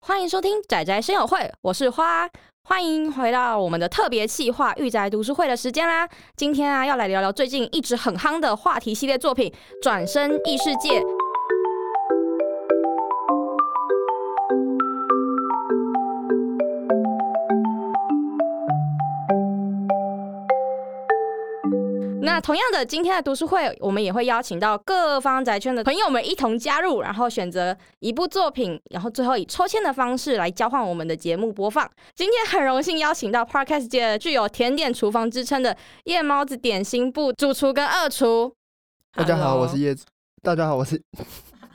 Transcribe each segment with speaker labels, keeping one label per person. Speaker 1: 欢迎收听仔仔声友会，我是花，欢迎回到我们的特别企划“御宅读书会”的时间啦。今天啊，要来聊聊最近一直很夯的话题系列作品《转身异世界》。那同样的，今天的读书会，我们也会邀请到各方宅圈的朋友们一同加入，然后选择一部作品，然后最后以抽签的方式来交换我们的节目播放。今天很荣幸邀请到 Podcast 界的具有“甜点厨房”之称的夜猫子点心部主厨跟二厨。
Speaker 2: 大家好，我是
Speaker 1: Hello
Speaker 2: 叶子。大家好，我是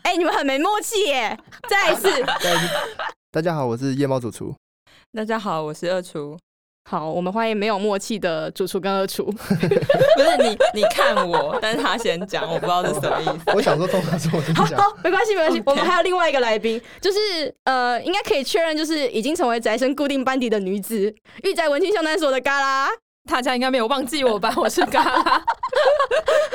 Speaker 1: 哎、你们很没默契耶！再一次，
Speaker 2: 大家好，我是夜猫主厨。
Speaker 3: 大家好，我是二厨。
Speaker 1: 好，我们欢迎没有默契的主厨跟二厨。
Speaker 3: 不是你，你看我，但是他先讲，我不知道是什么意思。
Speaker 2: 我想说，通常是我先
Speaker 1: 好
Speaker 2: 讲。
Speaker 1: 好，没关系，没关系
Speaker 3: OK
Speaker 1: 我们还有另外一个来宾，就是呃，应该可以确认，就是已经成为宅生固定班底的女子，御宅文青相谈所的嘎啦。
Speaker 4: 大家应该没有忘记我吧？我是嘎啦，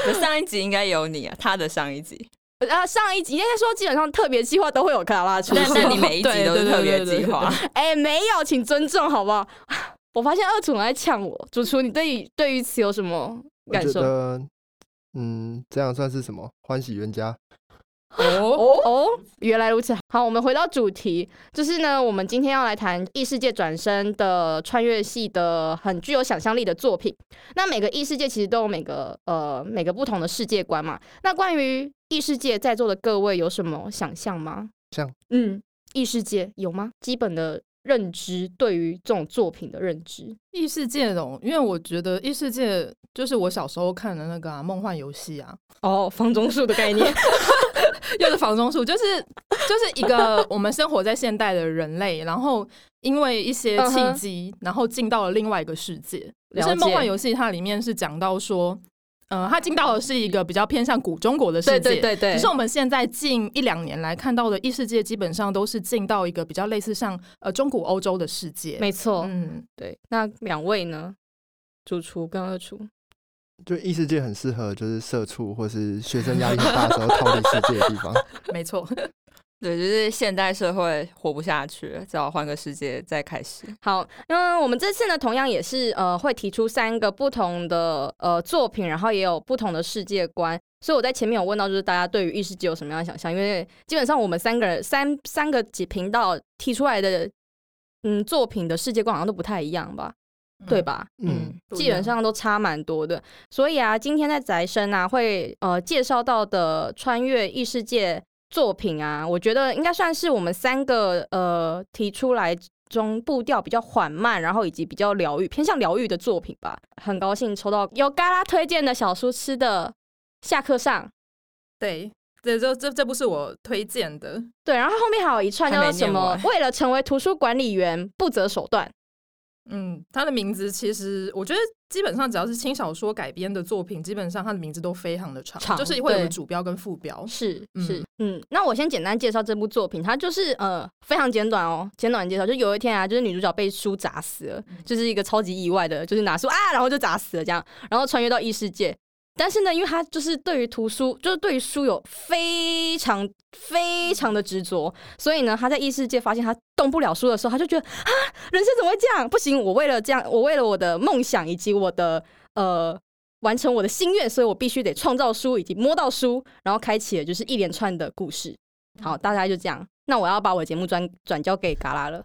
Speaker 3: 我上一集应该有你啊，他的上一集，
Speaker 1: 呃，上一集应该说基本上特别计划都会有嘎啦出
Speaker 3: 但
Speaker 1: 现
Speaker 3: 但，你每一集都是特别计划，
Speaker 1: 哎、没有，请尊重好不 好？我发现二主来呛我，主厨，你对于对于此有什么
Speaker 2: 我
Speaker 1: 感
Speaker 2: 觉
Speaker 1: 受？
Speaker 2: 得，嗯，这样算是什么？欢喜冤家。
Speaker 4: 哦，
Speaker 1: 哦哦，原来如此。好，我们回到主题，就是呢，我们今天要来谈异世界转身的穿越系的很具有想象力的作品。那每个异世界其实都有每个呃每个不同的世界观嘛。那关于异世界，在座的各位有什么想象吗？
Speaker 2: 像
Speaker 1: 嗯，异世界有吗？基本的认知对于这种作品的认知，
Speaker 4: 异世界哦，因为我觉得异世界就是我小时候看的那个啊，梦幻游戏啊，
Speaker 1: 哦，房中术的概念，
Speaker 4: 又是房中术，就是就是一个我们生活在现代的人类，然后因为一些
Speaker 1: 嗯
Speaker 4: 契
Speaker 1: 哼
Speaker 4: 机，然后进到了另外一个世界。
Speaker 1: 了
Speaker 4: 就
Speaker 1: 解
Speaker 4: 是梦幻游戏，它里面是讲到说，呃，它进到的是一个比较偏向古中国的世 界，
Speaker 1: 对对对对，
Speaker 4: 只是我们现在近一两年来看到的异世界，基本上都是进到一个比较类似像呃中古欧洲的世界。
Speaker 1: 没错，
Speaker 4: 嗯，
Speaker 1: 对。那两位呢？主厨跟二厨，
Speaker 2: 就异世界很适合，就是社畜或是学生压力很大的时候逃离世界的地方。
Speaker 4: 没错，
Speaker 3: 对，就是现代社会活不下去了，只好换个世界再开始。
Speaker 1: 好，那我们这次呢，同样也是呃，会提出三个不同的呃作品，然后也有不同的世界观。所以我在前面有问到，就是大家对于异世界有什么样的想象？因为基本上我们三个人三三个几频道提出来的嗯作品的世界观好像都不太一样吧， 对吧？
Speaker 2: 嗯，
Speaker 4: 嗯，
Speaker 1: 基本上都差蛮多的。所以啊，今天在宅生啊会呃介绍到的穿越异世界作品啊，我觉得应该算是我们三个呃提出来中步调比较缓慢，然后以及比较疗愈，偏向疗愈的作品吧。很高兴抽到由嘎啦推荐的小叔吃的下课上。
Speaker 4: 对。这这这这不是我推荐的，
Speaker 1: 对，然后后面还有一串叫做什
Speaker 3: 还没
Speaker 1: 么
Speaker 3: 念？
Speaker 1: 为了成为图书管理员不择手段。
Speaker 4: 嗯，它的名字其实我觉得基本上只要是轻小说改编的作品，基本上它的名字都非常的长，
Speaker 1: 长
Speaker 4: 就是会有
Speaker 1: 对
Speaker 4: 主标跟副标。
Speaker 1: 是
Speaker 4: 嗯
Speaker 1: 是，嗯，那我先简单介绍这部作品，它就是呃非常简短哦，简短介绍，就有一天啊，就是女主角被书砸死了，就是一个超级意外的，就是拿书啊，然后就砸死了这样，然后穿越到异世界。但是呢，因为她就是对于图书，就是对于书有非常非常的执着，所以呢，她在异世界发现她动不了书的时候，她就觉得啊，人生怎么会这样？不行，我为了这样，我为了我的梦想以及我的呃完成我的心愿，所以我必须得创造书以及摸到书，然后开启了就是一连串的故事。好，大概就这样。那我要把我节目转转交给嘎 啦了。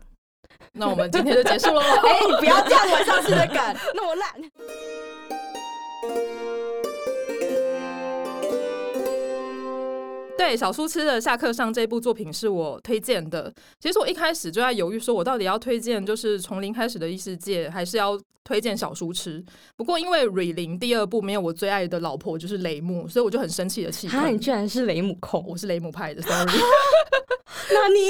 Speaker 4: 那我们今天就结束 喽。
Speaker 1: 哎、你不要这样，我上次的梗 那么烂。
Speaker 4: 对，小苏吃的下课上这部作品是我推荐的。其实我一开始就在犹豫，说我到底要推荐就是从零开始的异世界，还是要推荐小苏吃。不过因为蕊玲第二部没有我最爱的老婆就是雷姆，所以我就很生气的气
Speaker 1: 哈，你
Speaker 4: 愤。
Speaker 1: 居然是雷姆控？
Speaker 4: 我是雷姆派的，sorry。
Speaker 1: 那你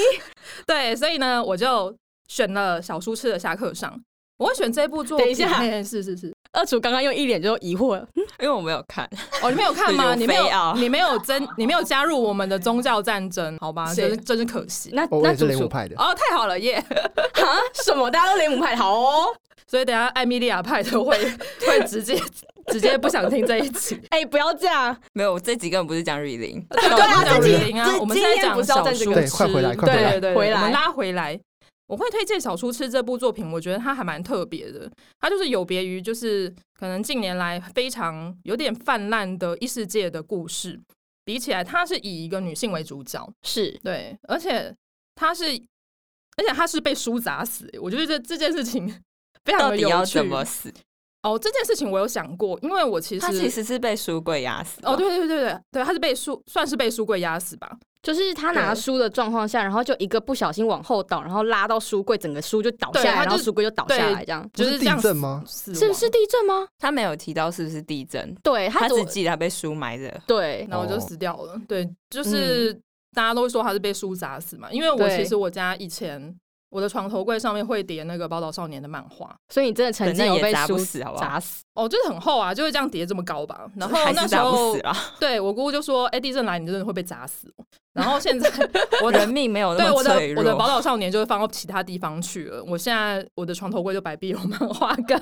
Speaker 4: 对，所以呢，我就选了小苏吃的下课上。我会选这部作品，
Speaker 1: 等一下
Speaker 4: 嘿是是是，
Speaker 1: 二厨刚刚用一脸就疑惑，
Speaker 3: 因为我没有看，
Speaker 4: 哦，你没 有看吗？
Speaker 3: 有
Speaker 4: 你没有
Speaker 3: 非要，
Speaker 4: 你没有真，你没有加入我们的宗教战争，好吧？
Speaker 1: 是
Speaker 4: 真是真是可惜。
Speaker 1: 那
Speaker 2: 哦我
Speaker 1: 那
Speaker 2: 也是
Speaker 1: 主
Speaker 2: 雷姆
Speaker 1: 厨
Speaker 2: 派的。
Speaker 4: 哦，太好了耶
Speaker 1: 啊，什么？大家都雷姆派，好哦。
Speaker 4: 所以等一下艾米莉亚派的会会直接直接不想听这一集。
Speaker 1: 哎、不要这样，
Speaker 3: 没有，这集根本不是讲 r e a d i n g
Speaker 4: 对
Speaker 1: 啊
Speaker 4: 讲
Speaker 1: 这集
Speaker 4: 雨林啊，
Speaker 1: 这
Speaker 4: 我们现在
Speaker 1: 今天
Speaker 4: 讲
Speaker 1: 不是要
Speaker 4: 小
Speaker 1: 站这
Speaker 4: 书
Speaker 1: 个
Speaker 4: 痴，
Speaker 2: 对快回来快回来
Speaker 4: 对对
Speaker 1: 回
Speaker 4: 我
Speaker 1: 来
Speaker 4: 们拉回来。我会推荐《小书痴》这部作品，我觉得它还蛮特别的。它就是有别于就是可能近年来非常有点泛滥的异世界的故事比起来，它是以一个女性为主角，
Speaker 1: 是
Speaker 4: 对，而且它是而且它是被书砸死，欸我觉得这这件事情 非常
Speaker 3: 到
Speaker 4: 的
Speaker 3: 底
Speaker 4: 有
Speaker 3: 要
Speaker 4: 趣。
Speaker 3: 怎么死？
Speaker 4: 哦，这件事情我有想过，因为我其实
Speaker 3: 他其实是被书柜压死。
Speaker 4: 哦，，对对对对对，他是被书算是被书柜压死吧，
Speaker 1: 就是他拿
Speaker 4: 对
Speaker 1: 书的状况下，然后就一个不小心往后倒，然后拉到书柜，整个书就倒下
Speaker 4: 对
Speaker 1: 来，
Speaker 4: 他
Speaker 1: 然后
Speaker 4: 就
Speaker 1: 书柜就倒
Speaker 4: 对
Speaker 1: 下来，这样
Speaker 4: 就
Speaker 2: 不是
Speaker 4: 这
Speaker 2: 地
Speaker 4: 样
Speaker 2: 震吗？
Speaker 4: 死亡
Speaker 1: 是是地震吗？
Speaker 3: 他没有提到是不是地震，
Speaker 1: 对，他
Speaker 3: 他
Speaker 1: 只
Speaker 3: 只记得他被书埋着。
Speaker 1: 对
Speaker 4: 然后我就
Speaker 2: 哦
Speaker 4: 死掉了。对，
Speaker 3: 嗯
Speaker 4: 就是、大家都会说他是被书砸死嘛，因为我
Speaker 1: 对
Speaker 4: 其实我家以前我的床头柜上面会叠那个《宝岛少年》的漫画，
Speaker 1: 所以你真的曾经有被
Speaker 3: 反正也砸
Speaker 1: 书
Speaker 3: 不死好不好
Speaker 1: 砸死，
Speaker 4: 哦，就是很厚啊，就会这样叠这么高吧。然后
Speaker 3: 还
Speaker 4: 那
Speaker 3: 是
Speaker 4: 时
Speaker 3: 打不
Speaker 4: 候
Speaker 3: 死，啊，
Speaker 4: 对我姑姑就说：“哎、地震来，你真的会被砸死哦。”然后现在
Speaker 3: 我人命没有
Speaker 4: 对
Speaker 3: 那
Speaker 4: 我
Speaker 3: 么
Speaker 4: 的
Speaker 3: 脆
Speaker 4: 我的
Speaker 3: 弱。
Speaker 4: 宝岛少年就会放到其他地方去了。我现在我的床头柜就摆壁有漫画 跟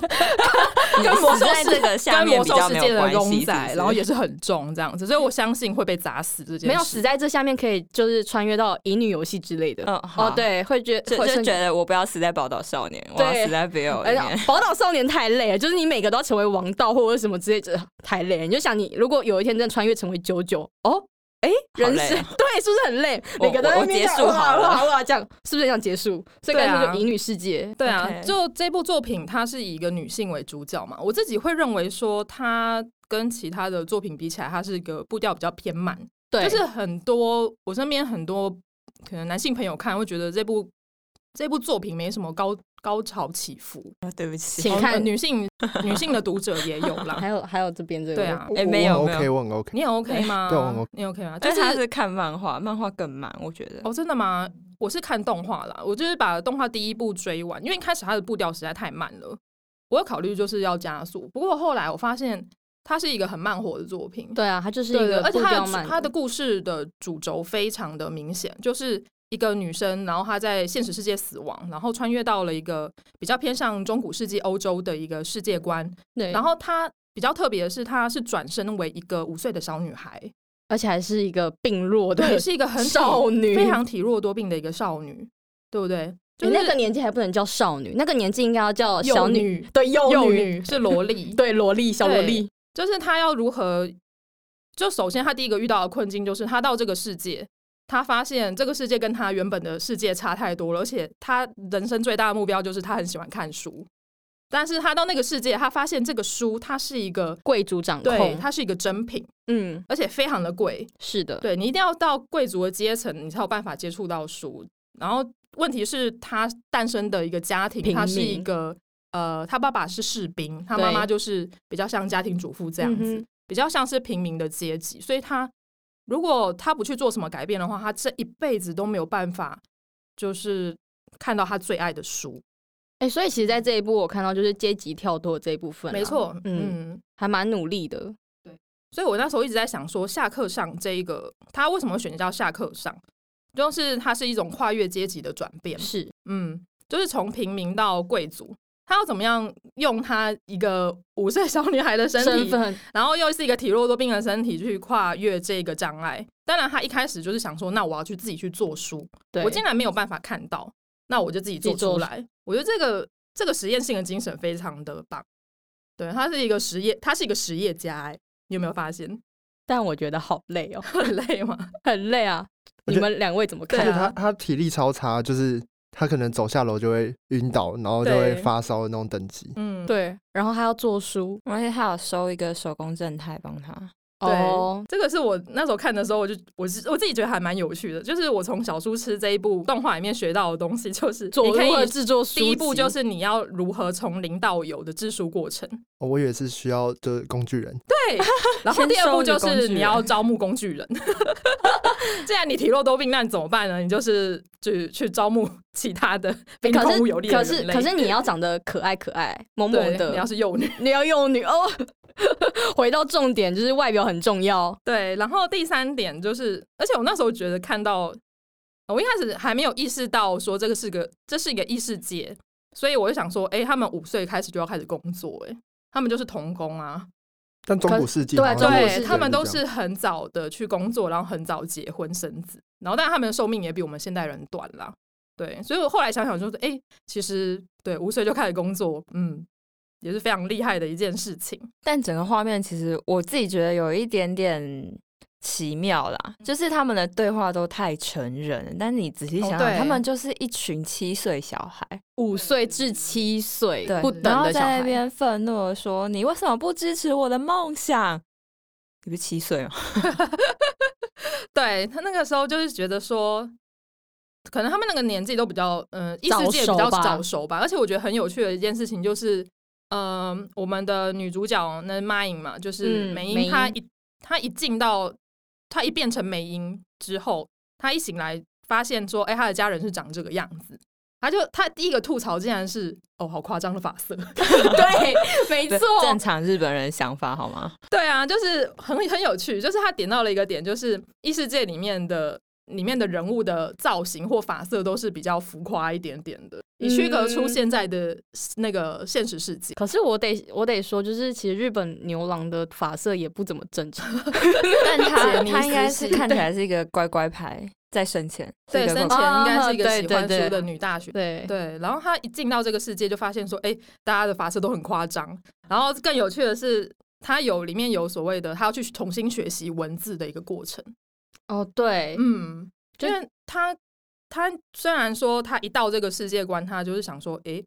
Speaker 4: 跟魔兽
Speaker 3: 在
Speaker 4: 世
Speaker 3: 这个下
Speaker 4: 跟
Speaker 3: 面
Speaker 4: 魔
Speaker 3: 比
Speaker 4: 兽
Speaker 3: 较
Speaker 4: 世
Speaker 3: 没
Speaker 4: 界
Speaker 3: 有
Speaker 4: 的
Speaker 3: 关
Speaker 4: 公
Speaker 3: 系，
Speaker 4: 仔，
Speaker 3: 是不是
Speaker 4: 然后也是很重这样子，所以我相信会被砸死这件事。
Speaker 1: 没有死在这下面可以就是穿越到乙女游戏之类的。
Speaker 3: 嗯
Speaker 1: 哦
Speaker 3: 好，
Speaker 1: 对，会觉
Speaker 3: 就
Speaker 1: 会
Speaker 3: 就
Speaker 1: 瞬
Speaker 3: 觉
Speaker 1: 间
Speaker 3: 得我不要死在宝岛少年，我要
Speaker 1: 对
Speaker 3: 死在 BL
Speaker 1: 哎
Speaker 3: 里
Speaker 1: 呀
Speaker 3: 面。，
Speaker 1: 宝岛少年太累了， 就是你每个都要成为王道或者什么之类，这太累了。你就想，你如果有一天真的穿越成为九九，哦，哎、
Speaker 3: 好
Speaker 1: 人
Speaker 3: 累
Speaker 1: 生、
Speaker 3: 啊
Speaker 1: 对，是 不是很累？
Speaker 3: 我
Speaker 1: 每个都在
Speaker 3: 我
Speaker 1: 那边
Speaker 3: 我
Speaker 1: 这样
Speaker 3: 结束好了
Speaker 1: 哇哇哇，这样是不是很想结束？所以
Speaker 4: 对
Speaker 1: 干
Speaker 4: 啊
Speaker 1: 脆就乙女世界，
Speaker 4: 对啊
Speaker 3: OK
Speaker 4: 就这部作品，它是以一个女性为主角嘛，我自己会认为说，它跟其他的作品比起来，它是一个步调比较偏慢，
Speaker 1: 对，
Speaker 4: 就是很多我身边很多可能男性朋友看会觉得这部这部作品没什么高高潮起伏，
Speaker 3: 对不起，
Speaker 1: 请
Speaker 4: 哦
Speaker 1: 看
Speaker 4: 呃女性女性的读者也有啦
Speaker 1: 还，有还有这边这个，
Speaker 4: 对啊
Speaker 2: 我
Speaker 3: 哎没有
Speaker 2: 我
Speaker 3: 没
Speaker 2: 很
Speaker 3: 有
Speaker 2: OK，我很 OK。
Speaker 4: 你也 OK 吗？
Speaker 2: 对我很 OK
Speaker 4: 你 OK 吗？就
Speaker 3: 但
Speaker 4: 是
Speaker 3: 是他是看漫画，漫画更慢，我觉得。
Speaker 4: 哦，真的吗？我是看动画啦，我就是把动画第一部追完，因为一开始它的步调实在太慢了，我有考虑就是要加速。不过后来我发现它是一个很慢火的作品，
Speaker 1: 对啊，它就是一
Speaker 4: 对对，
Speaker 1: 个
Speaker 4: 而且
Speaker 1: 步
Speaker 4: 它
Speaker 1: 调
Speaker 4: 的
Speaker 1: 慢
Speaker 4: 主它的故事的主轴非常的明显，就是一个女生，然后她在现实世界死亡，然后穿越到了一个比较偏向中古世纪欧洲的一个世界观，
Speaker 1: 对，
Speaker 4: 然后她比较特别的是，她是转身为一个五岁的小女孩，
Speaker 1: 而且还是一个病 弱的
Speaker 4: 对，是一个很
Speaker 1: 少女，
Speaker 4: 非常体弱多病的一个少女，对不对？就
Speaker 1: 就是那个年纪还不能叫少女，那个年纪应该要叫
Speaker 4: 幼
Speaker 1: 小女，
Speaker 4: 女，
Speaker 1: 对幼，
Speaker 4: 幼女是萝 莉
Speaker 1: 对萝莉小萝莉，
Speaker 4: 就是她要如何？就首先，她第一个遇到的困境就是她到这个世界，她发现这个世界跟她原本的世界差太多了，而且她人生最大的目标就是她很喜欢看书，但是她到那个世界，她发现这个书它是一个
Speaker 1: 贵族掌
Speaker 4: 对，
Speaker 1: 控，
Speaker 4: 它是一个珍品，
Speaker 1: 嗯，
Speaker 4: 而且非常的贵，
Speaker 1: 是的，
Speaker 4: 对你一定要到贵族的阶层，你才有办法接触到书。然后问题是，他诞生的一个家庭，
Speaker 1: 平
Speaker 4: 他是一
Speaker 1: 民
Speaker 4: 个呃，他爸爸是士兵，他
Speaker 1: 对
Speaker 4: 妈妈就是比较像家庭主妇这样子，
Speaker 1: 嗯哼
Speaker 4: 比较像是平民的阶级。所以他如果他不去做什么改变的话，他这一辈子都没有办法，就是看到他最爱的书。
Speaker 1: 哎、所以其实，在这一部我看到就是阶级跳脱这一部分、
Speaker 4: 没，错，
Speaker 1: 嗯
Speaker 4: 嗯
Speaker 1: 还蛮努力的，
Speaker 4: 所以我那时候一直在想说，下课上这一个，他为什么会选择叫下课上？就是它是一种跨越阶级的转变，
Speaker 1: 是
Speaker 4: 嗯，就是从平民到贵族，他要怎么样用他一个五岁小女孩的身
Speaker 1: 身
Speaker 4: 体，
Speaker 1: 份，
Speaker 4: 然后又是一个体弱多病的身体去跨越这个障碍。当然，他一开始就是想说，那我要去自己去做书，
Speaker 1: 对，
Speaker 4: 我竟然没有办法看到，那我就自己做
Speaker 1: 自己做
Speaker 4: 出来。我觉得这个这个实验性的精神非常的棒，对他是一个实业，他是一个实业家、哎，你有没有发现
Speaker 1: 但我觉得好累哦，
Speaker 4: 很累吗？
Speaker 1: 很累啊。
Speaker 2: 我
Speaker 1: 你
Speaker 2: 觉得啊
Speaker 1: 们两位怎么
Speaker 2: 而
Speaker 1: 看啊
Speaker 2: 且？他他体力超差，就是他可能走下楼就会晕倒，然后就会
Speaker 4: 对
Speaker 2: 发烧的那种等级。
Speaker 4: 嗯，
Speaker 1: 对，然后他要做书
Speaker 3: 而且他有收一个手工正太帮他，
Speaker 4: 对
Speaker 1: 哦，
Speaker 4: 这个是我那时候看的时候，我就我是我自己觉得还蛮有趣的，就是我从小书痴这一部动画里面学到的东西，就是
Speaker 1: 做
Speaker 4: 你可
Speaker 1: 如何
Speaker 4: 以
Speaker 1: 制作书籍，
Speaker 4: 第一步就是你要如何从零到有的制书过程，
Speaker 2: 哦我以为是需要就是工具人，
Speaker 4: 对，然后
Speaker 3: 先
Speaker 4: 第二步就
Speaker 3: 收一个工
Speaker 4: 是
Speaker 3: 具
Speaker 4: 你
Speaker 3: 人
Speaker 4: 要招募工具人。 既然你体弱多病，那你怎么办呢？你就是去去招募其他的
Speaker 1: 欸
Speaker 4: 冰
Speaker 1: 可
Speaker 4: 空
Speaker 1: 是
Speaker 4: 无有力的
Speaker 1: 可
Speaker 4: 人
Speaker 1: 是
Speaker 4: 类
Speaker 1: 可是你 要长得可爱可爱萌萌
Speaker 4: 对，
Speaker 1: 的，
Speaker 4: 你要是幼女，
Speaker 1: 你要幼女哦。 回到重点，就是外表很重要。
Speaker 4: 对，然后第三点就是，而且我那时候觉得看到，我一开始还没有意识到说这个是个这是一个异世界，所以我就想说，哎、他们五岁开始就要开始工作、诶，哎，他们就是童工啊，
Speaker 2: 但中古世纪
Speaker 1: 对
Speaker 2: 好像
Speaker 1: 中古
Speaker 2: 也
Speaker 1: 世
Speaker 4: 对
Speaker 1: 纪
Speaker 4: 他们都
Speaker 2: 这样啊
Speaker 4: 是很早的去工作，然后很早结婚生子，然后但他们的寿命也比我们现代人短啦。对，所以我后来想想就是，哎、其实对五岁就开始工作，嗯，也是非常厉害的一件事情。
Speaker 3: 但整个画面其实我自己觉得有一点点奇妙啦，就是他们的对话都太成人了，但你仔细想想，
Speaker 4: 哦对
Speaker 3: 他们就是一群七岁小孩，
Speaker 1: 五岁至七岁
Speaker 3: 对，
Speaker 1: 不等
Speaker 3: 然后
Speaker 1: 的小
Speaker 3: 在那
Speaker 1: 孩。
Speaker 3: 边愤怒的说：“你为什么不支持我的梦想？”你不是七岁吗？
Speaker 4: 对他那个时候就是觉得说，可能他们那个年纪都比较，嗯、异世
Speaker 1: 早
Speaker 4: 界比
Speaker 1: 熟
Speaker 4: 较
Speaker 1: 吧
Speaker 4: 早熟吧。而且我觉得很有趣的一件事情就是，嗯、我们的女主角那马影嘛，就是
Speaker 1: 嗯
Speaker 4: 美
Speaker 1: 美
Speaker 4: 英，
Speaker 1: 英
Speaker 4: 她一她一进到她一变成美英之后，她一醒来发现说，哎、她的家人是长这个样子。她就她第一个吐槽竟然是哦，好夸张的发色，
Speaker 1: 对，没错，
Speaker 3: 正常日本人的想法好 吗？
Speaker 4: 对啊，就是很很有趣，就是他点到了一个点，就是异世界里面的里面的人物的造型或发色都是比较浮夸一点点的，以区隔出
Speaker 1: 嗯
Speaker 4: 现在的那个现实世界。
Speaker 1: 可是我得我得说，就是其实日本牛郎的发色也不怎么正常，
Speaker 3: 但他
Speaker 4: 尼
Speaker 3: 他
Speaker 4: 斯
Speaker 3: 应该
Speaker 4: 系
Speaker 3: 是看起来是一个乖乖牌，在生前是一
Speaker 4: 对，
Speaker 3: 个乖
Speaker 4: 生
Speaker 3: 乖
Speaker 4: 前
Speaker 1: 乖
Speaker 4: 应该是一个
Speaker 1: 啊
Speaker 4: 喜欢
Speaker 1: 对对
Speaker 4: 书的
Speaker 1: 对
Speaker 4: 女大学。
Speaker 1: 对，
Speaker 4: 对，然后他一进到这个世界，就发现说，哎、大家的发色都很夸张。然后更有趣的是，他有里面有所谓的，他要去重新学习文字的一个过程。
Speaker 1: 哦对，
Speaker 4: 嗯，
Speaker 1: 就
Speaker 4: 因为他他虽然说他一到这个世界观，他就是想说，诶、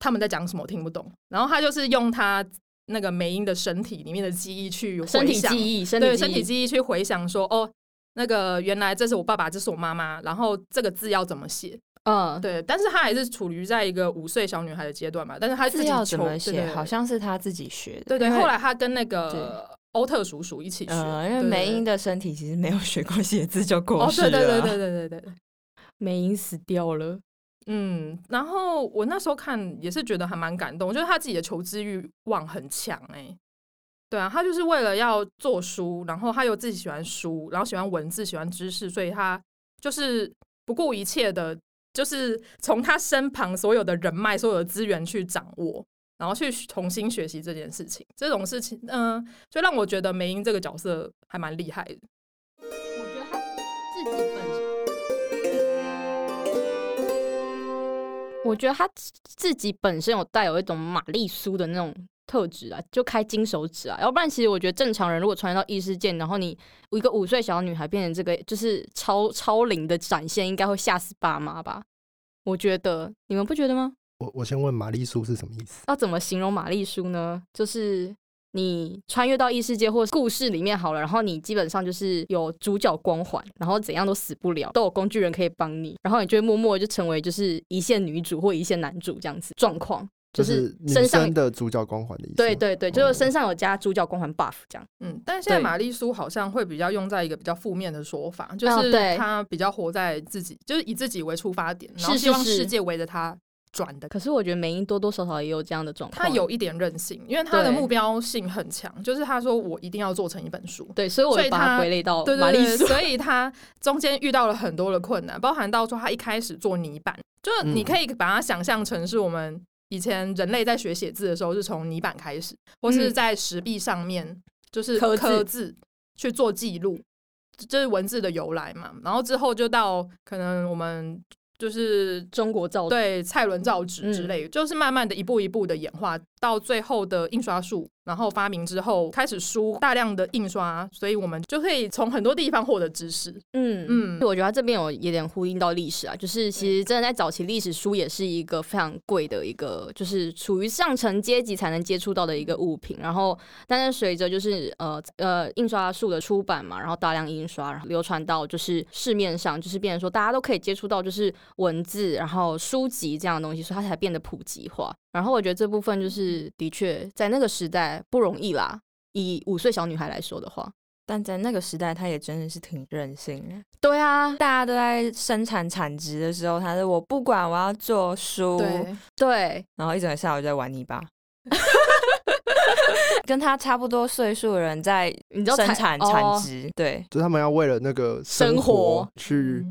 Speaker 4: 他们在讲什么我听不懂，然后他就是用他那个梅英的身体里面的记忆去
Speaker 1: 身
Speaker 4: 回
Speaker 1: 体
Speaker 4: 想，
Speaker 1: 记忆，身
Speaker 4: 对
Speaker 1: 体
Speaker 4: 身体
Speaker 1: 忆，
Speaker 4: 记忆去回想说，哦，那个原来这是我爸爸，这是我妈妈，然后这个字要怎么写？
Speaker 1: 嗯，
Speaker 4: 对，但是他还是处于在一个五岁小女孩的阶段嘛，但是他自
Speaker 3: 字
Speaker 4: 己
Speaker 3: 要怎
Speaker 4: 求
Speaker 3: 么
Speaker 4: 对对
Speaker 3: 写，
Speaker 4: 对
Speaker 3: 好像是他自己学的。
Speaker 4: 对对，
Speaker 3: 因为
Speaker 4: 后来他跟那个
Speaker 3: 对
Speaker 4: 欧特叔叔一起学，
Speaker 3: 呃，因为
Speaker 4: 对对
Speaker 3: 梅
Speaker 4: 对
Speaker 3: 英的身体其实没有学 过写字就
Speaker 4: 哦
Speaker 3: 过，世了。
Speaker 4: 对对对对对对对。
Speaker 1: 美英死掉了，
Speaker 4: 嗯，然后我那时候看也是觉得还蛮感动，就是他自己的求知欲望很强哎、对啊，他就是为了要做书，然后他又自己喜欢书，然后喜欢文字，喜欢知识，所以他就是不顾一切的，就是从他身旁所有的人脉、所有的资源去掌握，然后去重新学习这件事情。这种事情，嗯、就让我觉得梅英这个角色还蛮厉害的。
Speaker 1: 我觉得他自己本身。我觉得他自自己本身有带有一种玛丽苏的那种特质啊，就开金手指啊，要不然其实我觉得正常人如果穿越到异世界，然后你一个五岁小女孩变成这个就是超超龄的展现，应该会吓死爸妈吧？我觉得你们不觉得吗？
Speaker 2: 我我先问玛丽苏是什么意思？
Speaker 1: 要怎么形容玛丽苏呢？就是你穿越到异世界或故事里面好了，然后你基本上就是有主角光环，然后怎样都死不了，都有工具人可以帮你，然后你就会默默地就成为就是一线女主或一线男主这样子状况，
Speaker 2: 就
Speaker 1: 就是
Speaker 2: 女
Speaker 1: 身上
Speaker 2: 生的主角光环的意思。
Speaker 1: 对，对对，就是
Speaker 2: 哦
Speaker 1: 身上有加主角光环 buff 这样。
Speaker 4: 嗯，但是现在
Speaker 1: 对
Speaker 4: 玛丽苏好像会比较用在一个比较负面的说法，就
Speaker 1: 啊
Speaker 4: 是
Speaker 1: 对
Speaker 4: 她比较活在自己，就是以自己为出发点，然后
Speaker 1: 是是
Speaker 4: 希望
Speaker 1: 是
Speaker 4: 世界围着她转的。
Speaker 1: 可是我觉得梅英多多少少也有这样的状况，
Speaker 4: 她有一点任性，因为她的
Speaker 1: 对
Speaker 4: 目标性很强，就是她说我一定要做成一本书。
Speaker 1: 对，所以我
Speaker 4: 所以
Speaker 1: 把它
Speaker 4: 她
Speaker 1: 归类到
Speaker 4: 对
Speaker 1: 玛
Speaker 4: 对
Speaker 1: 丽
Speaker 4: 对，
Speaker 1: 苏。
Speaker 4: 所以她中间遇到了很多的困难，包含到说她一开始做泥板，就是你
Speaker 2: 嗯
Speaker 4: 可以把它想象成是我们以前人类在学写字的时候是从泥板开始，或是
Speaker 1: 嗯
Speaker 4: 在石壁上面就是
Speaker 1: 刻字
Speaker 4: 刻字去做记录，这这是文字的由来嘛。然后之后就到可能我们就是
Speaker 1: 中国造
Speaker 4: 对蔡伦造纸之类，就是慢慢的一步一步的演化，到最后的印刷术，然后发明之后开始书大量的印刷，所以我们就可以从很多地方获得知识。
Speaker 1: 嗯
Speaker 4: 嗯
Speaker 1: 嗯，我觉得它这边有有点呼应到历史啊，就是其实真的在早期历史书也是一个非常贵的一个，就是处于上层阶级才能接触到的一个物品。然后，但是随着就是呃呃印刷术的出版嘛，然后大量印刷，然后流传到就是市面上，就是变成说大家都可以接触到就是文字，然后书籍这样的东西，所以它才变得普及化。然后我觉得这部分就是的确在那个时代不容易啦，以五岁小女孩来说的话，
Speaker 3: 但在那个时代，他也真的是挺任性的。
Speaker 1: 对啊，
Speaker 3: 大家都在生产产值的时候，他是我不管，我要做书，
Speaker 4: 对，
Speaker 1: 对，
Speaker 3: 然后一整个下午就在玩泥 巴。跟他差不多岁数的人在
Speaker 1: 你知道
Speaker 3: 生
Speaker 1: 才
Speaker 3: 产
Speaker 1: 哦
Speaker 3: 产值，对，
Speaker 2: 就是他们要为了那个
Speaker 4: 嗯
Speaker 1: 生活嗯
Speaker 2: 去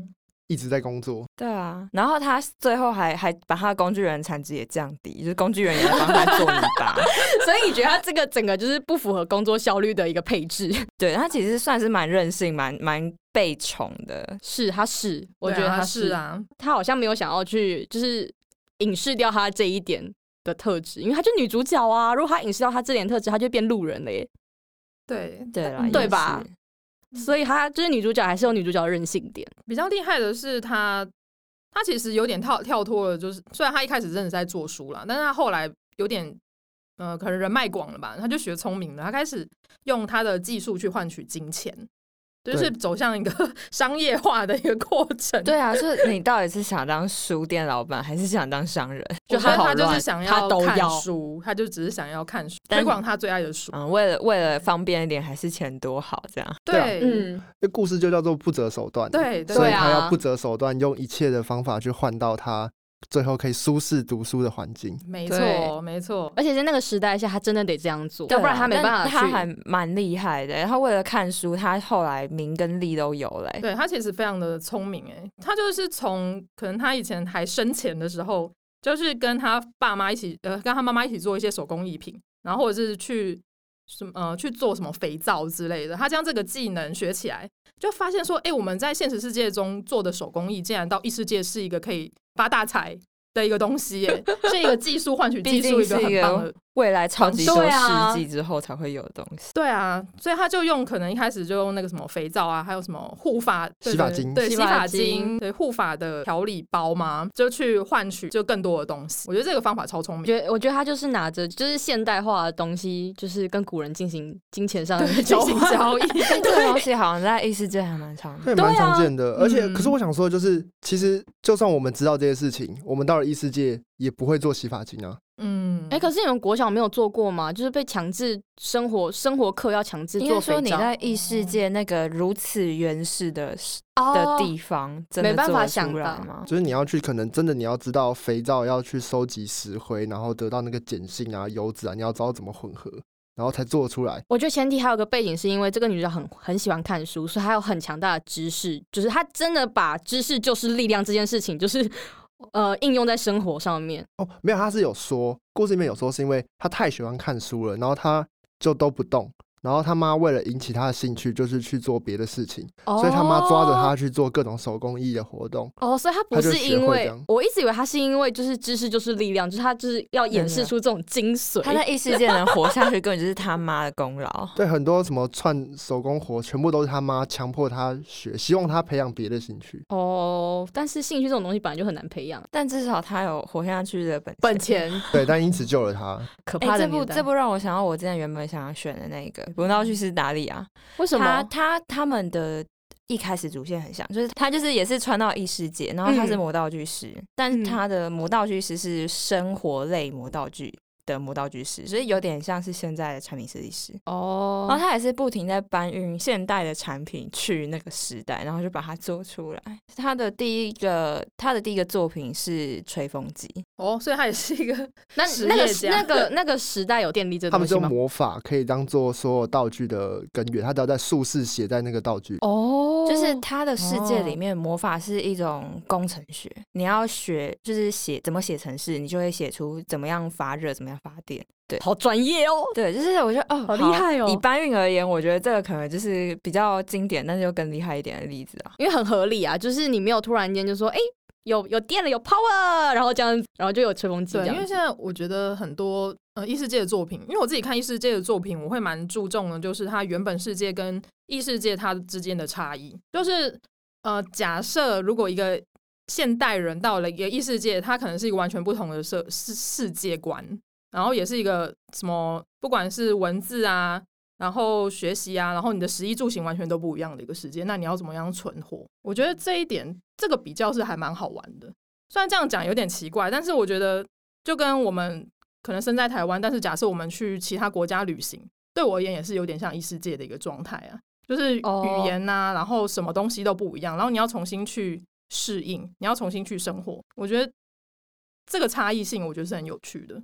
Speaker 2: 一直在工作，
Speaker 3: 对啊，然后他最后还还把他的工具人产值也降低，就是工具人也来帮他做泥巴。
Speaker 1: 所以你觉得他这个整个就是不符合工作效率的一个配置？
Speaker 3: 对他其实算是蛮任性，蛮蛮被宠的。
Speaker 1: 是，他是，我
Speaker 4: 对啊
Speaker 1: 觉得他
Speaker 4: 是，啊，
Speaker 1: 他好像没有想要去就是隐视掉他这一点的特质，因为他就女主角啊，如果他隐视掉他这点特质，他就变路人了耶。
Speaker 4: 对，
Speaker 3: 对啦，
Speaker 1: 对
Speaker 3: 也
Speaker 1: 吧
Speaker 3: 是？
Speaker 1: 所以他就是女主角还是有女主角的任性点，
Speaker 4: 比较厉害的是他，他其实有点跳跳脱了，就是虽然他一开始真的是在做书啦，但是他后来有点，呃，可能人脉广了吧，他就学聪明了，他开始用他的技术去换取金钱，就是
Speaker 2: 对
Speaker 4: 走向一个 商业化的一个过程。
Speaker 3: 对啊，就是你到底是想当书店老板，还是想当商人？
Speaker 4: 我
Speaker 1: 就
Speaker 4: 觉得
Speaker 1: 他
Speaker 4: 他
Speaker 1: 好
Speaker 4: 就
Speaker 1: 乱，
Speaker 4: 是想
Speaker 1: 他都
Speaker 4: 看
Speaker 1: 要。
Speaker 4: 书，他就只是想要看书，
Speaker 3: 但
Speaker 4: 推广他最爱的书。
Speaker 3: 嗯，为了为了方便一点，还是钱多好这样。
Speaker 2: 对啊
Speaker 4: 对，
Speaker 1: 嗯，
Speaker 2: 这故事就叫做不择手段。
Speaker 4: 对
Speaker 2: 所以
Speaker 4: 对
Speaker 1: 啊
Speaker 2: 他要不择手段，用一切的方法去换到他最后可以舒适读书的环境。
Speaker 4: 没
Speaker 3: 对
Speaker 4: 错没错，
Speaker 1: 而且在那个时代下，他真的得这样做，
Speaker 3: 对
Speaker 1: 要
Speaker 3: 啊
Speaker 1: 不然他没
Speaker 3: 但
Speaker 1: 办法
Speaker 3: 他
Speaker 1: 去
Speaker 3: 还蛮厉害的。欸他为了看书，他后来名跟利都有了。欸
Speaker 4: 对他其实非常的聪明诶，他就是从可能他以前还生前的时候，就是跟他爸妈一起，呃，跟他妈妈一起做一些手工艺品，然后或者是去什么呃去做什么肥皂之类的。他将这个技能学起来，就发现说，哎、我们在现实世界中做的手工艺，竟然到异世界是一个可以发大财的一个东西 耶，是一个技术换取技
Speaker 3: 毕
Speaker 4: 术，
Speaker 3: 竟
Speaker 4: 一
Speaker 3: 是
Speaker 4: 个
Speaker 3: 一
Speaker 4: 很棒的
Speaker 3: 个未来超级多
Speaker 1: 对啊
Speaker 3: 世纪之后才会有的东西。
Speaker 4: 对啊，所以他就用可能一开始就用那个什么肥皂啊，还有什么护发对
Speaker 2: 洗发
Speaker 4: 对
Speaker 2: 精
Speaker 4: 对
Speaker 1: 洗
Speaker 4: 洗
Speaker 1: 发
Speaker 4: 发
Speaker 1: 精
Speaker 4: 精，对护发的调理包嘛，就去换取就更多的东西。我觉得这个方法超聪
Speaker 1: 我
Speaker 4: 明，
Speaker 1: 觉得，我觉得他就是拿着就是现代化的东西，就是跟古人进行金钱上的交
Speaker 4: 进行
Speaker 1: 换。
Speaker 4: 交易。
Speaker 3: 但这个东西好像在异世界还蛮常
Speaker 2: 对，
Speaker 1: 对
Speaker 2: 蛮
Speaker 1: 啊
Speaker 2: 常见的。而且，
Speaker 4: 嗯
Speaker 2: 可是我想说，的就是其实就算我们知道这些事情，我们到了异世界也不会做洗发精啊。
Speaker 4: 嗯，
Speaker 1: 哎、可是你们国小没有做过吗？就是被强制生活生活课要强制
Speaker 3: 应
Speaker 1: 做
Speaker 3: 该
Speaker 1: 肥
Speaker 3: 说你
Speaker 1: 皂
Speaker 3: 在异世界那个如此原始的时
Speaker 1: 哦
Speaker 3: 的地方，真
Speaker 1: 没
Speaker 3: 的
Speaker 1: 办
Speaker 3: 做
Speaker 1: 法
Speaker 3: 得出
Speaker 1: 想
Speaker 3: 来
Speaker 1: 到
Speaker 3: 吗？
Speaker 2: 就是你要去，可能真的你要知道肥皂要去收集石灰，然后得到那个碱性啊、油脂啊，你要知道怎么混合，然后才做出来。
Speaker 1: 我觉得前提还有个背景，是因为这个女主角很很喜欢看书，所以她有很强大的知识，就是她真的把知识就是力量这件事情，就是呃应用在生活上面。
Speaker 2: 哦，没有，他是有说，故事里面有说是因为他太喜欢看书了，然后他就都不动。然后他妈为了引起他的兴趣，就是去做别的事情，所以他妈抓着他去做各种手工艺的活动。
Speaker 1: 哦，所以她不
Speaker 2: 她就是学
Speaker 1: 因
Speaker 2: 会这
Speaker 1: 为
Speaker 2: 样
Speaker 1: 我一直以为她是因为就是知识就是力量，就是她就是要
Speaker 3: 没有
Speaker 1: 演
Speaker 3: 没
Speaker 1: 示
Speaker 3: 有
Speaker 1: 出这种精髓。
Speaker 3: 他在异世界能活下去，根本就是他妈的功 劳。
Speaker 2: 对，很多什么串手工活，全部都是他妈强迫他学，希望他培养别的兴趣。
Speaker 1: 哦，但是兴趣这种东西本来就很难培养，
Speaker 3: 但至少他有活下去的本
Speaker 1: 本 钱
Speaker 2: 对，但因此救了他。
Speaker 1: 可
Speaker 3: 哎、
Speaker 1: 怕的
Speaker 3: 这
Speaker 1: 年
Speaker 3: 部
Speaker 1: 代。
Speaker 3: 这部让我想到我之前原本想要选的那一个《不闹去斯达利》啊，
Speaker 1: 为什
Speaker 3: 他
Speaker 1: 么？
Speaker 3: 他他们的一开始主线很像，就是他就是也是穿到异世界，然后他是
Speaker 1: 嗯
Speaker 3: 魔道具师，但是他的魔道具师是生活类魔道具的魔道具师，所以有点像是现在的产品设计师。
Speaker 1: 哦
Speaker 3: 然后他也是不停在搬运现代的产品去那个时代，然后就把它做出来。他的第一个，他的第一个作品是吹风机，
Speaker 4: 哦，所以他也是一个
Speaker 1: 那
Speaker 4: 实
Speaker 1: 那个
Speaker 4: 业
Speaker 1: 时
Speaker 4: 家
Speaker 1: 那个那个时代有电力这
Speaker 2: 他
Speaker 1: 东
Speaker 2: 们
Speaker 1: 西
Speaker 2: 就
Speaker 1: 吗？
Speaker 2: 魔法可以当做所有道具的根源，他只要在术士写在那个道具。
Speaker 1: 哦，
Speaker 3: 就是他的世界里
Speaker 4: 哦
Speaker 3: 面，魔法是一种工程学，你要学就是写怎么写程式，你就会写出怎么样发热，怎么样发电。
Speaker 1: 好专业哦。
Speaker 3: 对，就是我觉得哦，
Speaker 1: 好厉害哦
Speaker 3: 以搬运而言，我觉得这个可能就是比较经典，但是又更厉害一点的例子啊。
Speaker 1: 因为很合理啊，就是你没有突然间就说，哎、有有电了，有 power，然后这样，然后就有吹风机这
Speaker 4: 对，因
Speaker 1: 样
Speaker 4: 为
Speaker 1: 子。
Speaker 4: 现在我觉得很多呃异世界的作品，因为我自己看异世界的作品，我会蛮注重的，就是它原本世界跟异世界它之间的差异。就是呃，假设如果一个现代人到了一个异世界，它可能是一个完全不同的社世世界观，然后也是一个什么，不管是文字啊。然后学习啊，然后你的食衣住行完全都不一样的一个世界，那你要怎么样存活？我觉得这一点，这个比较是还蛮好玩的。虽然这样讲有点奇怪，但是我觉得就跟我们可能身在台湾，但是假设我们去其他国家旅行，对我而言也是有点像异世界的一个状态啊，就是
Speaker 1: 哦
Speaker 4: 语言呐、然后什么东西都不一样，然后你要重新去适应，你要重新去生活。我觉得这个差异性，我觉得是很有趣的。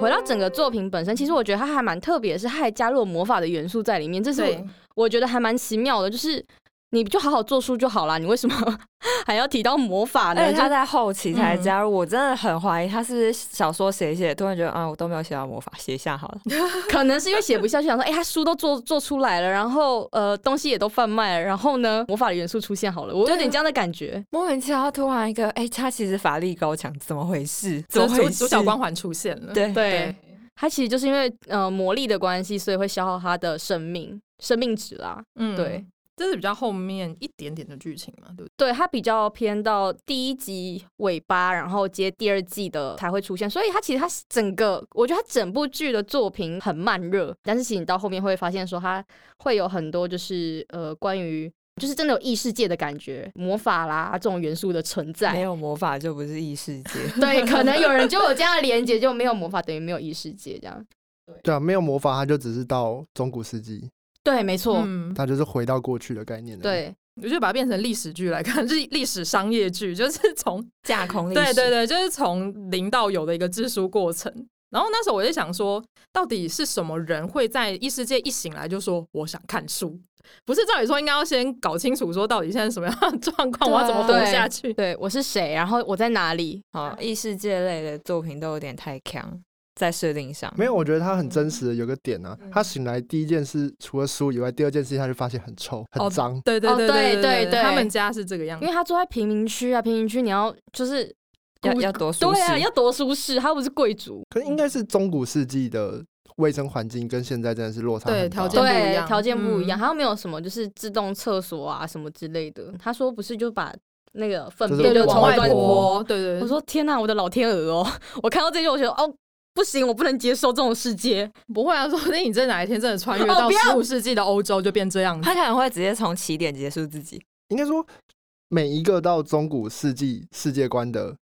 Speaker 1: 回到整个作品本身，其实我觉得它还蛮特别，是它还加入了魔法的元素在里面，这是我
Speaker 4: 对，
Speaker 1: 我觉得还蛮奇妙的。就是你就好好做书就好啦，你为什么 还要提到魔法
Speaker 3: 而
Speaker 4: 哎
Speaker 1: 呢？
Speaker 3: 且他
Speaker 1: 就
Speaker 3: 在后期才
Speaker 4: 嗯
Speaker 3: 加入，我真的很怀疑他是不是小说写一写，突然觉得啊，我都没有写到魔法，写一下好了。
Speaker 1: 可能是因为写不下去，想说，哎、他书都做做出来了，然后呃，东西也都贩卖了，然后呢，魔法的元素出现好了，我有点
Speaker 4: 啊
Speaker 1: 这样的感觉。
Speaker 3: 莫名其妙突然一个，哎、他其实法力高强，怎么回事？怎
Speaker 4: 主
Speaker 3: 么回
Speaker 4: 主
Speaker 3: 事？
Speaker 4: 主角光环出现了。
Speaker 3: 对，
Speaker 1: 对，他其实就是因为呃魔力的关系，所以会消耗他的生命生命值啦。
Speaker 4: 嗯
Speaker 1: 对，
Speaker 4: 这是比较后面一点点的剧情嘛，对不对？
Speaker 1: 对，它比较偏到第一集尾巴，然后接第二季的才会出现，所以它其实它整个，我觉得它整部剧的作品很慢热，但是其实你到后面会发现说它会有很多就是呃关于就是真的有异世界的感觉，魔法啦这种元素的存
Speaker 3: 没
Speaker 1: 在。
Speaker 3: 有魔法就不是异世 界。
Speaker 1: 对，可能有人就有这样的连接，就没有魔法等于没有异世界这样。
Speaker 2: 对啊，没有魔法，它就只是到中古世纪，
Speaker 1: 对，没错，
Speaker 4: 嗯，
Speaker 2: 它就是回到过去的概念。，
Speaker 1: 对，
Speaker 4: 我就把它变成历史剧来看， 就是历史商业剧，就是从
Speaker 3: 架空历
Speaker 4: 对
Speaker 3: 史，
Speaker 4: 对对，就是从零到有的一个制书过程。然后那时候我就想说，到底是什么人会在异世界一醒来就说我想看书？不是照理说应该要先搞清楚说到底现在是什么样的 状况，
Speaker 3: 对啊
Speaker 4: 我要怎么活下去？
Speaker 1: 对我是谁，然后我在哪里？
Speaker 3: 好，哦异世界类的作品都有点太强，在设定上
Speaker 2: 没有，我觉得它很真实的有个点啊
Speaker 4: 嗯，
Speaker 2: 他醒来第一件事除了书以外，第二件事他就发现很臭、很
Speaker 4: 哦
Speaker 2: 脏。
Speaker 4: 对对
Speaker 1: 哦
Speaker 4: 对
Speaker 1: 对
Speaker 4: 对
Speaker 1: 对对
Speaker 4: 他们家是这个样
Speaker 1: 因
Speaker 4: 子
Speaker 1: 为。他住在贫民区啊，贫民区你要就是
Speaker 3: 要
Speaker 1: 孤
Speaker 3: 要多舒
Speaker 1: 对
Speaker 3: 适。
Speaker 1: 啊，要多舒适，他又不是贵族。
Speaker 2: 可是应该是中古世纪的卫生环境跟现在真的是落差
Speaker 4: 对
Speaker 2: 很大
Speaker 4: 条件不一
Speaker 1: 对，
Speaker 4: 样
Speaker 1: 条件不一样，
Speaker 4: 嗯
Speaker 1: 他又没有什么就是自动厕所啊什么之类的。他说不是就把那个粪
Speaker 2: 就是
Speaker 1: 便
Speaker 2: 对
Speaker 1: 就
Speaker 2: 往
Speaker 1: 从
Speaker 2: 外
Speaker 1: 端
Speaker 2: 泼
Speaker 1: 泼。
Speaker 4: 对对，
Speaker 1: 我说天哪、我的老天鹅哦！我看到这句，我觉得哦，不行，我不能接受这种世界。
Speaker 4: 不会啊，说不定你真的哪一天真的穿越
Speaker 1: 哦
Speaker 4: 到
Speaker 1: 不要
Speaker 4: 十五世纪的欧洲就变这样子。
Speaker 3: 他可能会直接从起点结束自己。
Speaker 2: 应该说，每一个到中古世纪世界观的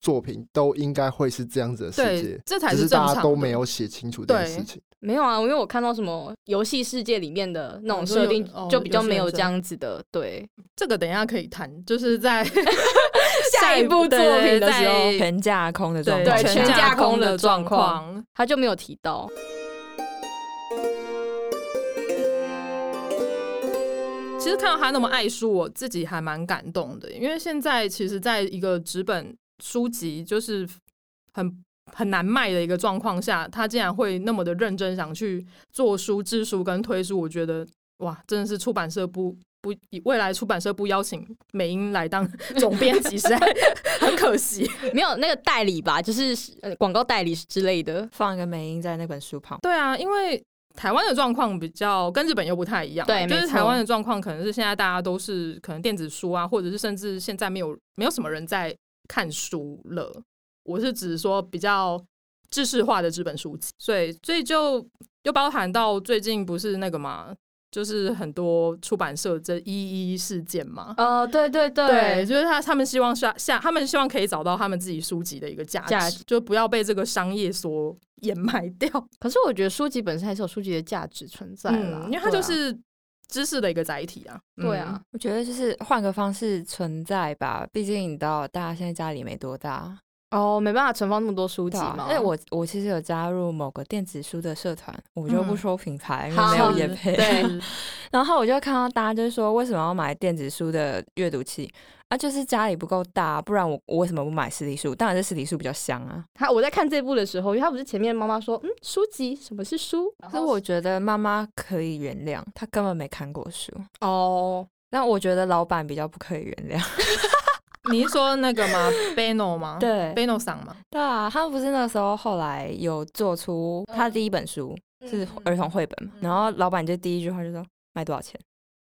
Speaker 2: 作品都应该会是这样子的世
Speaker 4: 对
Speaker 2: 界，，
Speaker 4: 这才
Speaker 2: 只是
Speaker 4: 正
Speaker 2: 大
Speaker 4: 常的。
Speaker 2: 家都没有写清楚这件事情。
Speaker 1: 没有啊，因为我看到什么游戏世界里面的那种
Speaker 4: 哦就
Speaker 1: 设
Speaker 4: 有
Speaker 1: 定
Speaker 4: 哦，
Speaker 1: 就比较
Speaker 4: 游戏
Speaker 1: 没有
Speaker 4: 人
Speaker 1: 这
Speaker 4: 生
Speaker 1: 样子的。对，
Speaker 4: 这个等一下可以谈，就 是在
Speaker 1: 下一部作品的时候
Speaker 4: 对
Speaker 3: 全架空的状
Speaker 4: 对
Speaker 3: 况，
Speaker 1: 对全
Speaker 4: 全
Speaker 1: 架
Speaker 4: 架
Speaker 1: 空
Speaker 4: 空
Speaker 1: 的
Speaker 4: 的
Speaker 1: 状
Speaker 4: 状
Speaker 1: 况
Speaker 4: 况。
Speaker 1: 他就没有提到。
Speaker 4: 其实看到他那么爱书，我自己还蛮感动的，因为现在其实在一个纸本书籍就是很。很难卖的一个状况下，他竟然会那么的认真想去做书、制书跟推书，我觉得哇，真的是出版社部不未来出版社部邀请美英来当 总编辑，实在 很可惜。
Speaker 1: 没有那个代理吧，就是呃广告代理之类的。
Speaker 3: 放一个美音在那本书旁。
Speaker 4: 对啊，因为台湾的状况比较跟日本又不太一样啊，
Speaker 1: 对
Speaker 4: 就
Speaker 1: 没
Speaker 4: 是
Speaker 1: 错
Speaker 4: 台湾的状况可能是现在大家都是可能电子书啊，或者是甚至现在没有没有什么人在看书了。我是指说比较知识化的纸本书籍，所以所以就又包含到最近不是那个嘛，就是很多出版社这一一事件嘛。
Speaker 1: 哦，对对对
Speaker 4: 对，就是他，他们希望下下，他们希望可以找到他们自己书籍的一个价值，
Speaker 1: 价值
Speaker 4: 就不要被这个商业所掩埋掉。
Speaker 1: 可是我觉得书籍本身还是有书籍的价值存在啦，
Speaker 4: 嗯因为它
Speaker 1: 对
Speaker 4: 就
Speaker 1: 啊
Speaker 4: 是知识的一个载体啊。
Speaker 1: 对啊，
Speaker 3: 我觉得就是换个方式存在吧，毕竟你知道，大家现在家里没多大，
Speaker 1: 哦，没办法存放那么多书籍
Speaker 3: 对啊。
Speaker 1: 嘛。
Speaker 3: 因为我我其实有加入某个电子书的社团，我就不
Speaker 4: 嗯
Speaker 3: 说品牌，因为
Speaker 1: 好
Speaker 3: 没有
Speaker 1: 也
Speaker 3: 业
Speaker 4: 嗯
Speaker 3: 配。
Speaker 1: 对
Speaker 4: 是
Speaker 3: 然后我就看到大家就说，为什么要买电子书的阅读器？啊，就是家里不够大，不然我我为什么不买实体书？当然是实体书比较香啊。
Speaker 1: 他我在看这部的时候，因为他不是前面妈妈说，嗯，书籍什么是书？
Speaker 3: 可是我觉得妈妈可以原谅，她根本没看过书。
Speaker 1: 哦，
Speaker 3: 但我觉得老板比较不可以原谅。
Speaker 4: 你是说那个吗？Beno
Speaker 1: 啊
Speaker 4: 吗？
Speaker 3: 对
Speaker 4: ，Beno 桑吗？
Speaker 3: 对啊，他不是那时候后来有做出
Speaker 1: 嗯
Speaker 3: 他第一本书、是儿童绘本嘛，然后老板就第一句话就说卖多少钱？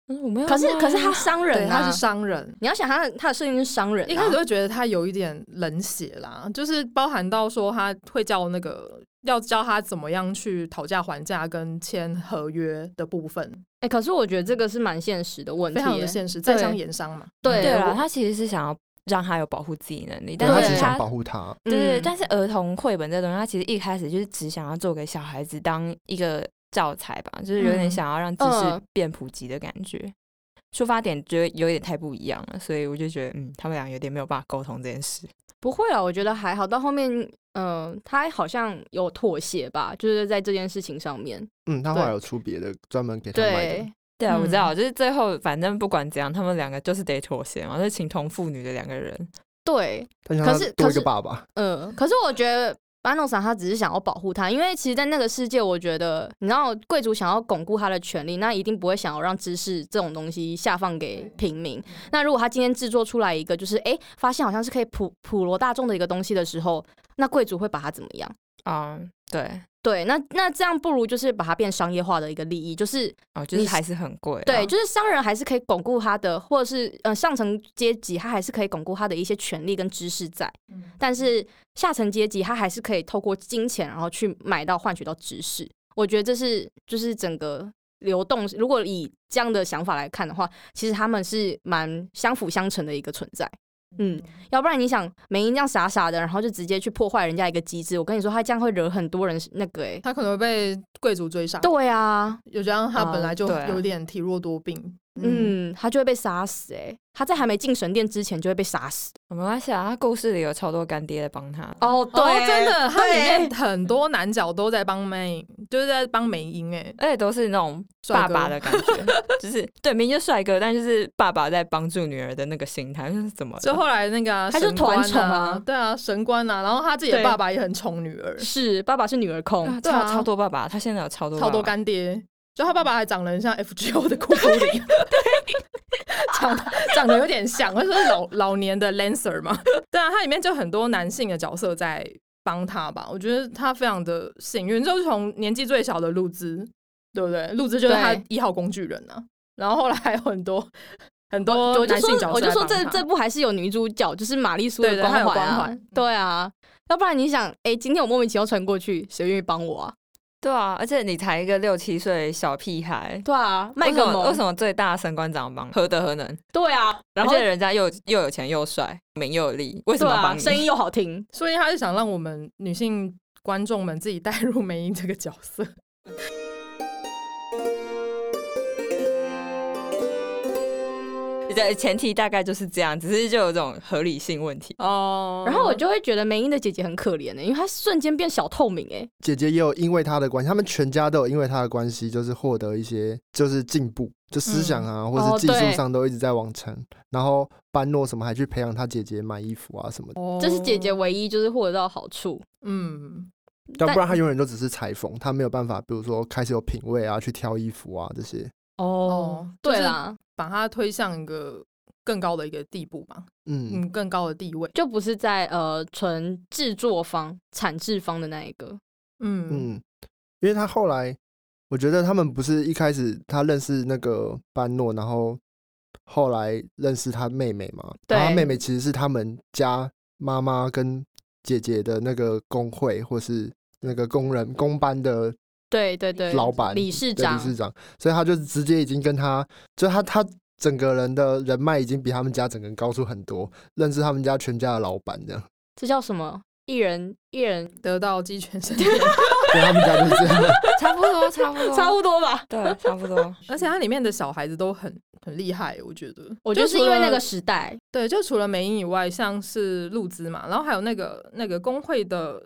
Speaker 3: 嗯，我没有卖
Speaker 1: 可
Speaker 3: 啊。
Speaker 1: 是可是他商
Speaker 4: 对，
Speaker 1: 人啊，
Speaker 4: 他是商人。
Speaker 1: 你要想他的他的设定是商人、啊，
Speaker 4: 一开始会觉得他有一点冷血啦，就是包含到说他会教那个要教他怎么样去讨价还价跟签合约的部分，
Speaker 1: 哎、可是我觉得这个是蛮现实的问题
Speaker 4: 非
Speaker 1: 耶，
Speaker 4: 常的现实，在商
Speaker 1: 对
Speaker 4: 言商嘛。嗯
Speaker 1: 对
Speaker 3: 对
Speaker 1: 我
Speaker 3: 啊，他其实是想要让他有保护自己能力，
Speaker 2: 对，
Speaker 3: 但
Speaker 2: 他
Speaker 1: 对啊
Speaker 2: 只
Speaker 3: 是
Speaker 2: 是
Speaker 3: 他
Speaker 2: 想保护他。
Speaker 1: 嗯
Speaker 3: 对，但是儿童绘本这东西，它其实一开始就是只想要做给小孩子当一个教材吧，就是有点
Speaker 4: 嗯
Speaker 3: 想要让知识
Speaker 1: 嗯
Speaker 3: 变普及的感觉。出发点觉得有点太不一样了，所以我就觉得，嗯，他们俩有点没有办法沟通这件事。
Speaker 1: 不会啊，我觉得还好。到后面嗯，他好像有妥协吧，就是在这件事情上面。
Speaker 2: 嗯，他后来有出别的专门给他卖的
Speaker 1: 对，，
Speaker 3: 对啊，我知道，
Speaker 1: 嗯
Speaker 3: 就是最后反正不管怎样，他们两个就是得妥协嘛，就是情同父女的两个人。
Speaker 1: 对，
Speaker 2: 但是
Speaker 1: 可
Speaker 2: 他
Speaker 1: 是
Speaker 2: 多
Speaker 1: 可
Speaker 2: 一个
Speaker 1: 是
Speaker 2: 爸爸，
Speaker 1: 嗯，可是我觉得班诺萨他只是想要保护他，因为其实，在那个世界，我觉得你知道，贵族想要巩固他的权利，那一定不会想要让知识这种东西下放给平民。那如果他今天制作出来一个，就是哎、诶发现好像是可以普普罗大众的一个东西的时候，那贵族会把它怎么样？
Speaker 3: 啊、对，
Speaker 1: 对，那那这样不如就是把它变商业化的一个利益，就是
Speaker 3: 哦，就是
Speaker 1: 你
Speaker 3: 还是很贵啊。
Speaker 1: 对，就是商人还是可以巩固他的，或者是呃上层阶级，他还是可以巩固他的一些权利跟知识在，但是下层阶级他还是可以透过金钱，然后去买到换取到知识。我觉得这是就是整个流动，如果以这样的想法来看的话，其实他们是蛮相辅相成的一个存在。嗯，要不然你想美英这样傻傻的，然后就直接去破坏人家一个机制，我跟你说，他这样会惹很多人那个哎、欸
Speaker 4: 他可能会被贵族追杀。
Speaker 1: 对啊，
Speaker 4: 有这样，他本来就
Speaker 3: 啊对啊
Speaker 4: 有点体弱多病。嗯，
Speaker 1: 嗯，他就会被杀死哎、欸他在还没进神殿之前就会被杀死。
Speaker 3: 没关系啊，他故事里有超多干爹在帮他。
Speaker 1: 哦，对，
Speaker 4: 哦，真的，他里面
Speaker 1: 对
Speaker 4: 很多男角都在帮美，就是在帮美英哎，
Speaker 3: 而且都是那种
Speaker 4: 帅
Speaker 3: 爸
Speaker 4: 哥
Speaker 3: 爸的感觉，就是对，明明就帅哥，但就是爸爸在帮助女儿的那个心态，就是怎么了
Speaker 4: 就后来那个啊、
Speaker 1: 他就
Speaker 4: 神官
Speaker 1: 团宠
Speaker 4: 啊
Speaker 1: 啊，
Speaker 4: 对啊，神官啊，然后他自己的
Speaker 1: 对
Speaker 4: 爸爸也很宠女 儿，
Speaker 1: 是爸爸是女儿控，
Speaker 3: 啊
Speaker 4: 对啊
Speaker 3: 超超多爸爸，他现在有超
Speaker 1: 啊
Speaker 3: 多
Speaker 4: 超多
Speaker 3: 爸爸
Speaker 4: 干爹。就他爸爸还长得很像 FGO 的库 库里，长得长得有点像，他是老老年的 Lancer 嘛。对啊，他里面就很多男性的角色在帮他吧。我觉得他非常的幸运，就是从年纪最小的露兹，对不对？露兹就是他
Speaker 1: 对
Speaker 4: 一号工具人啊。然后后来还有很多很多
Speaker 1: 我就
Speaker 4: 男性角
Speaker 1: 说我
Speaker 4: 色
Speaker 1: 就说这
Speaker 4: 在帮他
Speaker 1: 这部还是有女主角，就是玛丽苏的
Speaker 4: 对对
Speaker 1: 光
Speaker 4: 她有
Speaker 1: 环
Speaker 4: 光
Speaker 1: 啊
Speaker 4: 环，
Speaker 1: 对啊，要不然你想，哎，今天我莫名其妙传过去，谁愿意帮我啊？
Speaker 3: 对啊，而且你才一个六七岁小屁孩，
Speaker 1: 对啊，卖
Speaker 3: 为什
Speaker 1: 个
Speaker 3: 么为什
Speaker 1: 萌，
Speaker 3: 么最大神官长帮何德何能？
Speaker 1: 对啊，然
Speaker 3: 而
Speaker 1: 后
Speaker 3: 且人家又又有钱又帅，名又有力，为什
Speaker 1: 对
Speaker 3: 么要
Speaker 1: 啊，
Speaker 3: 帮你？
Speaker 1: 声音又好听，
Speaker 4: 所以他是想让我们女性观众们自己带入梅英这个角色。
Speaker 3: 对，前提大概就是这样，只是就有这种合理性问题。
Speaker 4: 哦
Speaker 1: 然后我就会觉得梅英的姐姐很可怜的，欸因为她瞬间变小透明，哎，
Speaker 2: 姐姐也有因为他的关系，他们全家都有因为他的关系，就是获得一些就是进步，就思想啊，或
Speaker 1: 哦
Speaker 2: 是技术
Speaker 1: 对
Speaker 2: 上都一直在往前。然后班诺什么还去培养他姐姐买衣服啊什么的，
Speaker 1: 这是姐姐，唯一就是获得到好处，
Speaker 4: 哦嗯，
Speaker 2: 要
Speaker 1: 但
Speaker 2: 不然他永远都只是裁缝，他没有办法，比如说开始有品味啊，去挑衣服啊这些。
Speaker 1: 哦
Speaker 4: 哦，
Speaker 1: 对
Speaker 4: 就是
Speaker 1: 啦，
Speaker 4: 把它推向一个更高的一个地步吧，
Speaker 2: 嗯，
Speaker 4: 嗯，更高的地位，
Speaker 1: 就不是在呃纯制作方、产制方的那一个，
Speaker 4: 嗯
Speaker 2: 嗯，因为他后来，我觉得他们不是一开始他认识那个班诺，然后后来认识他妹妹嘛。然后他
Speaker 1: 对
Speaker 2: 妹妹其实是他们家妈妈跟姐姐的那个工会或是那个工人工班的
Speaker 1: 对对对，
Speaker 2: 老板
Speaker 1: 理事
Speaker 2: 对
Speaker 1: 长
Speaker 2: 理，事长，所以他就直接已经跟他，就他他整个人的人脉已经比他们家整个人高出很多，认识他们家全家的老板这样。
Speaker 1: 这叫什么？一人一人
Speaker 4: 得到鸡犬升天。
Speaker 2: 对，他们家就是这样。
Speaker 3: 差不多，差不多，
Speaker 1: 差不多 吧。
Speaker 3: 对，啊差不多。
Speaker 4: 而且它里面的小孩子都很很厉害，我觉得，
Speaker 1: 我就是因为那
Speaker 4: 除
Speaker 1: 个
Speaker 4: 了
Speaker 1: 时 代，
Speaker 4: 对，就除了美英以外，像是露兹嘛，然后还有那个那个工会的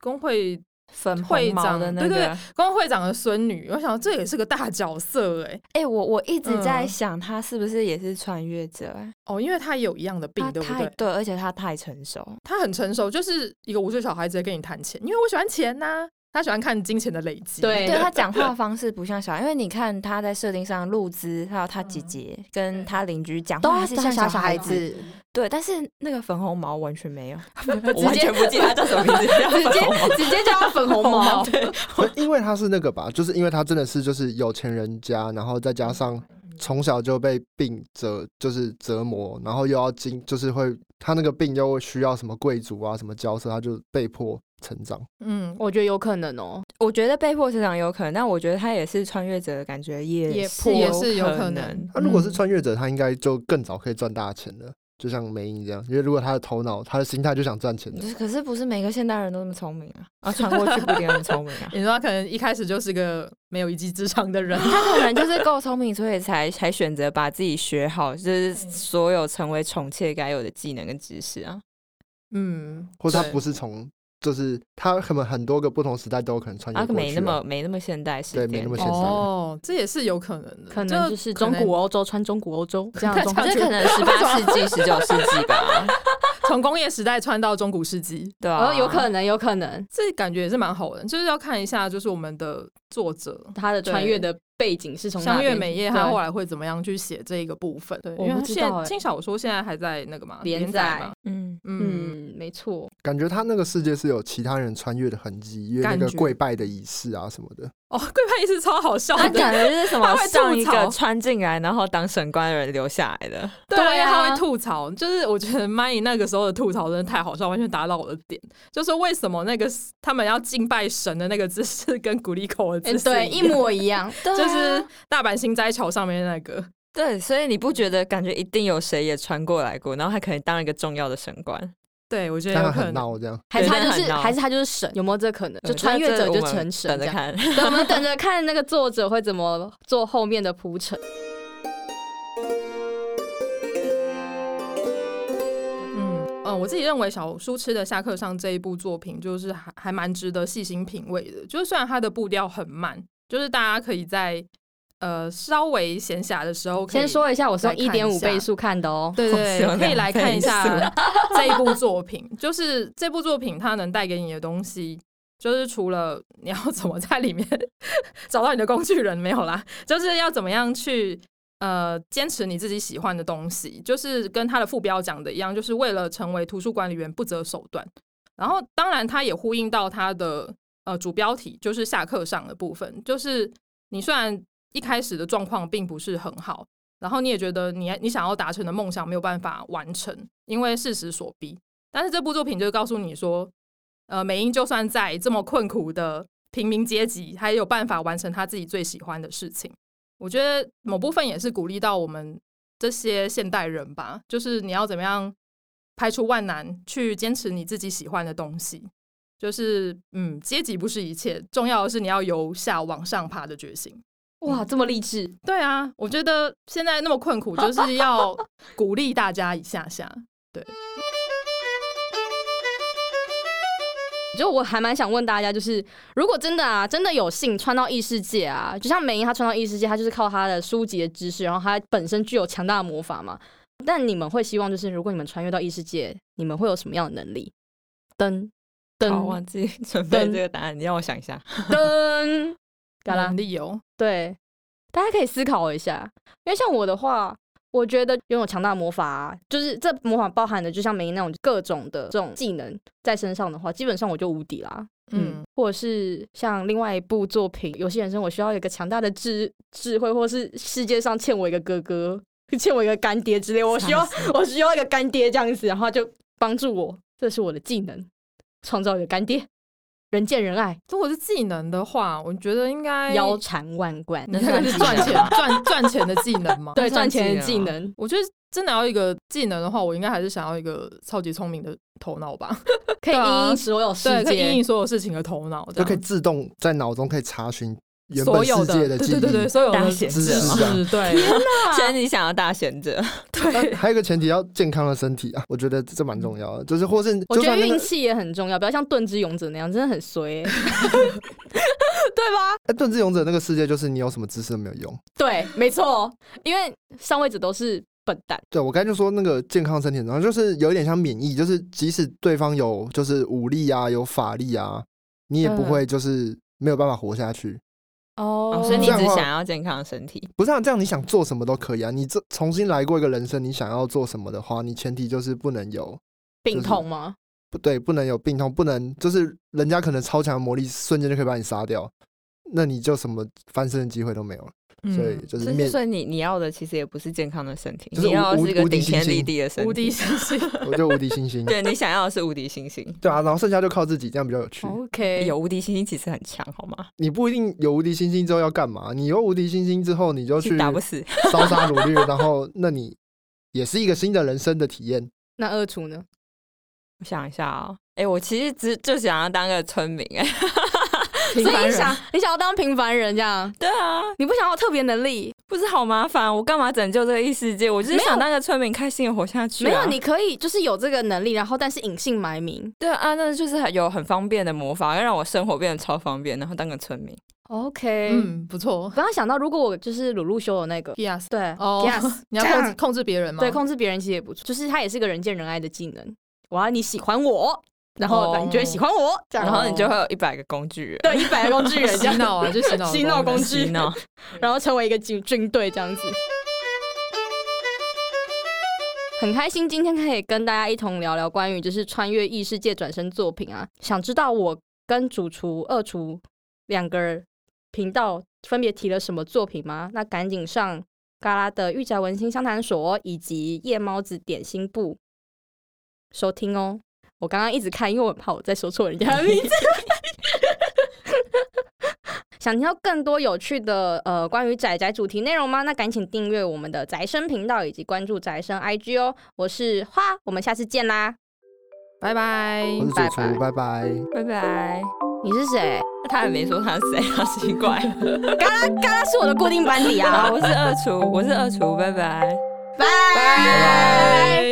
Speaker 4: 工会
Speaker 3: 粉
Speaker 4: 会
Speaker 3: 红毛的
Speaker 4: 长
Speaker 3: 那
Speaker 4: 对
Speaker 3: 个，
Speaker 4: 对工会长的孙女，我想这也是个大角色哎、
Speaker 3: 哎、我我一直在
Speaker 4: 嗯
Speaker 3: 想，他是不是也是穿越者啊？
Speaker 4: 哦，因为他也有一样的病，
Speaker 3: 他
Speaker 4: 对不
Speaker 3: 太
Speaker 4: 对？
Speaker 3: 对，而且他太成熟。
Speaker 4: 他很成熟，就是一个五岁小孩直接跟你谈钱，因为我喜欢钱呐、他喜欢看金钱的累积。
Speaker 1: 对
Speaker 3: 对他讲话方式不像小孩，因为你看他在设定上，露兹还有他姐姐跟他邻居讲话还是像
Speaker 1: 小
Speaker 3: 小
Speaker 1: 孩
Speaker 3: 子，，对，但是那个粉红毛完全没有，我
Speaker 1: 接
Speaker 3: 完全不记得他叫什么 名字，叫
Speaker 1: 直
Speaker 3: 粉
Speaker 1: 接
Speaker 3: 红毛，
Speaker 1: 直接叫他粉红毛
Speaker 3: 对，
Speaker 2: 可因为他是那个吧，就是因为他真的是就是有钱人家，然后再加上从小就被病折，就是折磨，然后又要经，就是会他那个病又需要什么贵族啊什么交涉，他就被迫成长。
Speaker 4: 嗯，
Speaker 1: 我觉得有可能哦。
Speaker 3: 我觉得被迫成长有可能，但我觉得他也是穿越者的感觉，也
Speaker 1: 也
Speaker 3: 是
Speaker 4: 也是有可
Speaker 3: 可
Speaker 4: 能。
Speaker 2: 他如果是
Speaker 4: 嗯。
Speaker 2: 穿越者，他应该就更早可以赚大钱了，就像梅英这样，因为如果他的头脑、他的心态就想赚钱的
Speaker 3: 就。是可是不是每个现代人都那么聪明 啊？啊，穿过去不一定那么聪 明啊
Speaker 4: 你说他可能一开始就是个没有一技之 长的人，
Speaker 3: 他可能就是够聪明，所以才才选择把自己学好，就是所有成为宠妾该有的技能跟知识啊。
Speaker 4: 嗯，
Speaker 2: 或者他
Speaker 4: 对
Speaker 2: 不是从就是他可能很多个不同时代都有可能穿
Speaker 3: 啊
Speaker 2: 越，过去啊、
Speaker 3: 没那么没那么现代世界，
Speaker 2: 对没那么现代
Speaker 4: 哦，这也是有可能的，
Speaker 1: 可能就是中古欧洲穿中古欧 洲这样的状
Speaker 4: 看
Speaker 1: 况
Speaker 4: 起
Speaker 3: 这
Speaker 4: 来
Speaker 3: 可能十八世纪、十九世 纪 吧，
Speaker 4: 从工业时代穿到中古世纪，
Speaker 3: 对啊，
Speaker 1: 哦，有可能，有可能
Speaker 4: 这感觉也是蛮好的，就是要看一下就是我们的作者
Speaker 1: 他的穿越的背景是从哪
Speaker 4: 香月
Speaker 1: 边
Speaker 4: 美
Speaker 1: 对
Speaker 4: 叶她后来会怎么样去写这一个部分？对，
Speaker 1: 我
Speaker 4: 因为
Speaker 1: 不
Speaker 4: 她
Speaker 1: 知
Speaker 4: 现
Speaker 1: 道欸
Speaker 4: 轻小说现在还在那个嘛
Speaker 1: 连
Speaker 4: 载
Speaker 1: 载
Speaker 4: 嘛，
Speaker 3: 嗯，
Speaker 4: 嗯，
Speaker 1: 嗯，没错，
Speaker 2: 感觉他那个世界是有其他人穿越的痕迹，因为那
Speaker 4: 感
Speaker 2: 个
Speaker 4: 觉
Speaker 2: 跪拜的仪式啊什么的。
Speaker 4: 哦， 贵派一直超好笑
Speaker 1: 啊
Speaker 3: 他
Speaker 4: 的，
Speaker 3: 感觉就是什
Speaker 4: 他
Speaker 3: 么
Speaker 4: 会吐
Speaker 3: 上一
Speaker 4: 槽
Speaker 3: 个穿进来然后当神官的人留下来的，
Speaker 4: 对，
Speaker 1: 对啊
Speaker 4: 他会吐槽，就是我觉得 m a y 那个时候的吐槽真的太好笑，完全打到我的点，就是为什么那个他们要敬拜神的那个姿势跟古力口的姿
Speaker 1: 嗯，
Speaker 4: 势
Speaker 1: 对，
Speaker 4: 哎
Speaker 1: 啊
Speaker 4: 一
Speaker 1: 一
Speaker 4: 样
Speaker 1: 模一 样，
Speaker 4: 就是大阪新斋桥上面那个，
Speaker 3: 对，所以你不觉得感觉一定有谁也穿过来过，然后他可能当一个重要的神官，
Speaker 4: 对我觉得
Speaker 2: 但
Speaker 4: 有
Speaker 2: 他
Speaker 4: 可
Speaker 2: 很
Speaker 4: 能。
Speaker 2: 闹这样，
Speaker 1: 还是他
Speaker 3: 对
Speaker 1: 就
Speaker 3: 很
Speaker 1: 是
Speaker 3: 闹
Speaker 1: 还是他就是神，有没有这可能？就
Speaker 3: 对
Speaker 1: 穿越
Speaker 3: 嗯这
Speaker 1: 者
Speaker 3: 我
Speaker 1: 就
Speaker 3: 们
Speaker 1: 成神这
Speaker 3: 等着
Speaker 1: 样。
Speaker 3: 看。
Speaker 1: 对，我们等着看那个作者会怎么做后面的铺陈。
Speaker 4: 嗯，呃， 我自己认为小书痴的下课上这一部作品，就是还还蛮值得细心品味的。就是虽然它的步调很慢，就是大家可以在呃稍微闲暇的时候可以，
Speaker 1: 先说一下，我是用
Speaker 4: 再
Speaker 1: 一
Speaker 4: 看一
Speaker 1: 点五
Speaker 4: 下
Speaker 1: 倍速看的哦。
Speaker 4: 对对
Speaker 3: 我是有
Speaker 4: 对，可以
Speaker 3: 两
Speaker 4: 来看一
Speaker 3: 倍
Speaker 4: 下这一部作品。就是这部作品它能带给你的东西，就是除了你要怎么在里面 找到你的工具人没有啦，就是要怎么样去呃坚持你自己喜欢的东西，就是跟它的副标讲的一样，就是为了成为图书管理员不择手段。然后当然它也呼应到它的呃主标题，就是下课上的部分，就是你虽然一开始的状况并不是很好。然后你也觉得你你想要达成的梦想没有办法完成，因为事实所逼。但是这部作品就是告诉你说，呃，美英就算在这么困苦的平民阶级，还有办法完成他自己最喜欢的事情。我觉得某部分也是鼓励到我们这些现代人吧，就是你要怎么样排除万难，去坚持你自己喜欢的东西。就是嗯，阶级不是一切，重要的是你要由下往上爬的决心。
Speaker 1: 哇，这么励志，
Speaker 4: 对啊，我觉得现在那么困苦， 就是要鼓励大家一下下。
Speaker 1: 就我还蛮想问大家，就是如果真的啊，真的有幸穿到异世界啊，就像美英她穿到异世界，她就是靠她的书籍的知识，然后她本身具有强大的魔法嘛。但你们会希望，就是如果你们穿越到异世界，你们会有什么样的能力？噔
Speaker 3: 好，啊
Speaker 1: 噔
Speaker 3: 我 自己哦准备
Speaker 1: 噔
Speaker 3: 这个答案，你让我想一 下。
Speaker 1: 噔，嘎啦
Speaker 4: 能，力哦，
Speaker 1: 对，大家可以思考一下，因为像我的话，我觉得拥有强大魔法、啊，就是这魔法包含的，就像梅那种各种的这种技能在身上的话，基本上我就无敌啦。
Speaker 4: 嗯，
Speaker 1: 或者是像另外一部作品《游戏人生》，我需要有一个强大的智智慧，或是世界上欠我一个哥哥、欠我一个干爹之类，我需要我需要一个干爹这样子，然后就帮助我，这是我的技能，创造一个干爹，人见人爱，
Speaker 4: 如果是技能的话，我觉得应该
Speaker 1: 腰缠万贯，
Speaker 3: 那，
Speaker 4: 那个是赚钱赚赚钱的技能 嘛。
Speaker 1: 对
Speaker 3: 算
Speaker 1: 赚钱的
Speaker 3: 技
Speaker 1: 技
Speaker 3: 能啊
Speaker 1: 能。
Speaker 4: 我觉得真的要一个技能的话，我应该还是想要一个超级聪明的头脑吧，
Speaker 1: 可以
Speaker 4: 对啊
Speaker 1: 因应所有世
Speaker 4: 对，可以 应
Speaker 1: 界。
Speaker 4: 应所有事情的头脑，这
Speaker 2: 就
Speaker 4: 样
Speaker 2: 可以自动在脑中可以查询原
Speaker 4: 所
Speaker 2: 本世
Speaker 4: 有
Speaker 2: 界
Speaker 4: 对
Speaker 2: 记忆。
Speaker 4: 对对对，所有
Speaker 3: 大
Speaker 4: 的
Speaker 3: 贤
Speaker 4: 知
Speaker 2: 者嘛
Speaker 4: 识， 对
Speaker 3: 所以你想要大贤者，
Speaker 4: 对。
Speaker 2: 还有一个前提要健康的身体啊，我觉得这蛮重要
Speaker 4: 嗯
Speaker 2: 的，就是或是
Speaker 1: 我
Speaker 2: 就
Speaker 1: 觉得
Speaker 2: 算那
Speaker 1: 运
Speaker 2: 个，
Speaker 1: 气也很重要，不要像盾之勇者那样，真的很衰欸、
Speaker 2: 哎，盾之勇者那个世界就是你有什么知识都没有用。
Speaker 1: 对，没错，因为上位者都是笨蛋。
Speaker 2: 对我刚才就说那个健康身体，然后就是有一点像免疫，就是即使对方有就是武力啊，有法力啊，你也不
Speaker 1: 嗯
Speaker 2: 会就是没有办法活下去。
Speaker 1: 哦
Speaker 3: 所以你
Speaker 2: 这样的
Speaker 3: 只
Speaker 2: 话
Speaker 3: 想要健康的身体。
Speaker 2: 不是、啊、这样，你想做什么都可以啊。你这重新来过一个人生，你想要做什么的话，你前提就是不能有
Speaker 1: 病痛吗？
Speaker 2: 不对，不能有病痛，不能就是人家可能超强的魔力瞬间就可以把你杀掉，那你就什么翻身的机会都没有了。
Speaker 4: 嗯
Speaker 2: 所以就是
Speaker 3: 所以，
Speaker 2: 面
Speaker 3: 所以你你要的其实也不是健康的身体，
Speaker 2: 就是
Speaker 3: 你要的
Speaker 2: 无
Speaker 3: 是一个
Speaker 2: 无敌
Speaker 3: 顶天
Speaker 2: 星星
Speaker 3: 立地的身体。
Speaker 4: 无敌，星星，
Speaker 2: 我就无敌星 星。
Speaker 3: 对你想要的是无敌星 星。
Speaker 2: 对啊，然后剩下就靠自己，这样比较有趣。
Speaker 1: 哦 OK，
Speaker 3: 有无敌星星其实很强，好吗？
Speaker 2: 你不一定有无敌星星之后要干嘛？你有无敌星星之后，你就去
Speaker 3: 打不死，
Speaker 2: 烧杀掳掠，然后那你也是一个新的人生的体验。
Speaker 1: 那二厨呢？
Speaker 3: 我想一下啊、哎、我其实只就想要当个村民、哎，
Speaker 4: 平
Speaker 1: 所以
Speaker 4: 凡
Speaker 1: 你
Speaker 4: 人
Speaker 1: 想你想要当平凡人这样，
Speaker 3: 对啊，
Speaker 1: 你不想要特别能力？
Speaker 3: 不是好麻烦，我干嘛拯救这个异世界？我就是
Speaker 1: 没有
Speaker 3: 想当个村民，开心的活下去、啊。
Speaker 1: 没有，你可以就是有这个能力，然后但是隐姓埋名。
Speaker 3: 对啊，那就是很有很方便的魔法，让我生活变得超方便，然后当个村民。
Speaker 1: OK，、
Speaker 4: 嗯，不错
Speaker 1: 我。刚刚想到，如果我就是鲁路修的那个，
Speaker 4: Yes，
Speaker 1: 对
Speaker 4: 哦
Speaker 1: yes，
Speaker 4: 你要控制控制别人吗？
Speaker 1: 对，控制别人其实也不错，就是他也是个人见人爱的技能。我要你喜欢我，然后
Speaker 3: 哦
Speaker 1: 你就会喜欢我，这样，
Speaker 3: 然后你就会有一百个 工具人，
Speaker 1: 对一百个工具人这
Speaker 4: 洗
Speaker 1: 样，
Speaker 4: 脑啊，就洗脑 的
Speaker 1: 洗脑
Speaker 4: 功
Speaker 1: 工
Speaker 4: 能
Speaker 1: 具
Speaker 3: 洗 脑。
Speaker 1: 然后成为一个军军队这样子。很开心今天可以跟大家一同聊聊关于就是穿越异世界转身作品啊，想知道我跟主厨、二厨两个频道分别提了什么作品吗？那赶紧上嘎啦的御宅文心相谈所以及夜猫子点心部收听哦。我刚刚一直看，因为我很怕我再说错人家的名字。 想听到更多有趣的呃关于宅宅主题内容吗？那赶紧订阅我们的宅生频道以及关注宅生 IG 哦。我是花，我们下次见啦。
Speaker 4: 拜拜。
Speaker 2: 我是主
Speaker 1: 拜
Speaker 2: 厨
Speaker 1: 拜，
Speaker 2: 拜拜。
Speaker 3: 拜拜。
Speaker 1: 你是谁？
Speaker 3: 他也没说他是谁，好 奇怪。
Speaker 1: 他是我 的固定班底啊
Speaker 3: 好，。我是二厨，我是二厨，拜拜。
Speaker 1: 拜拜。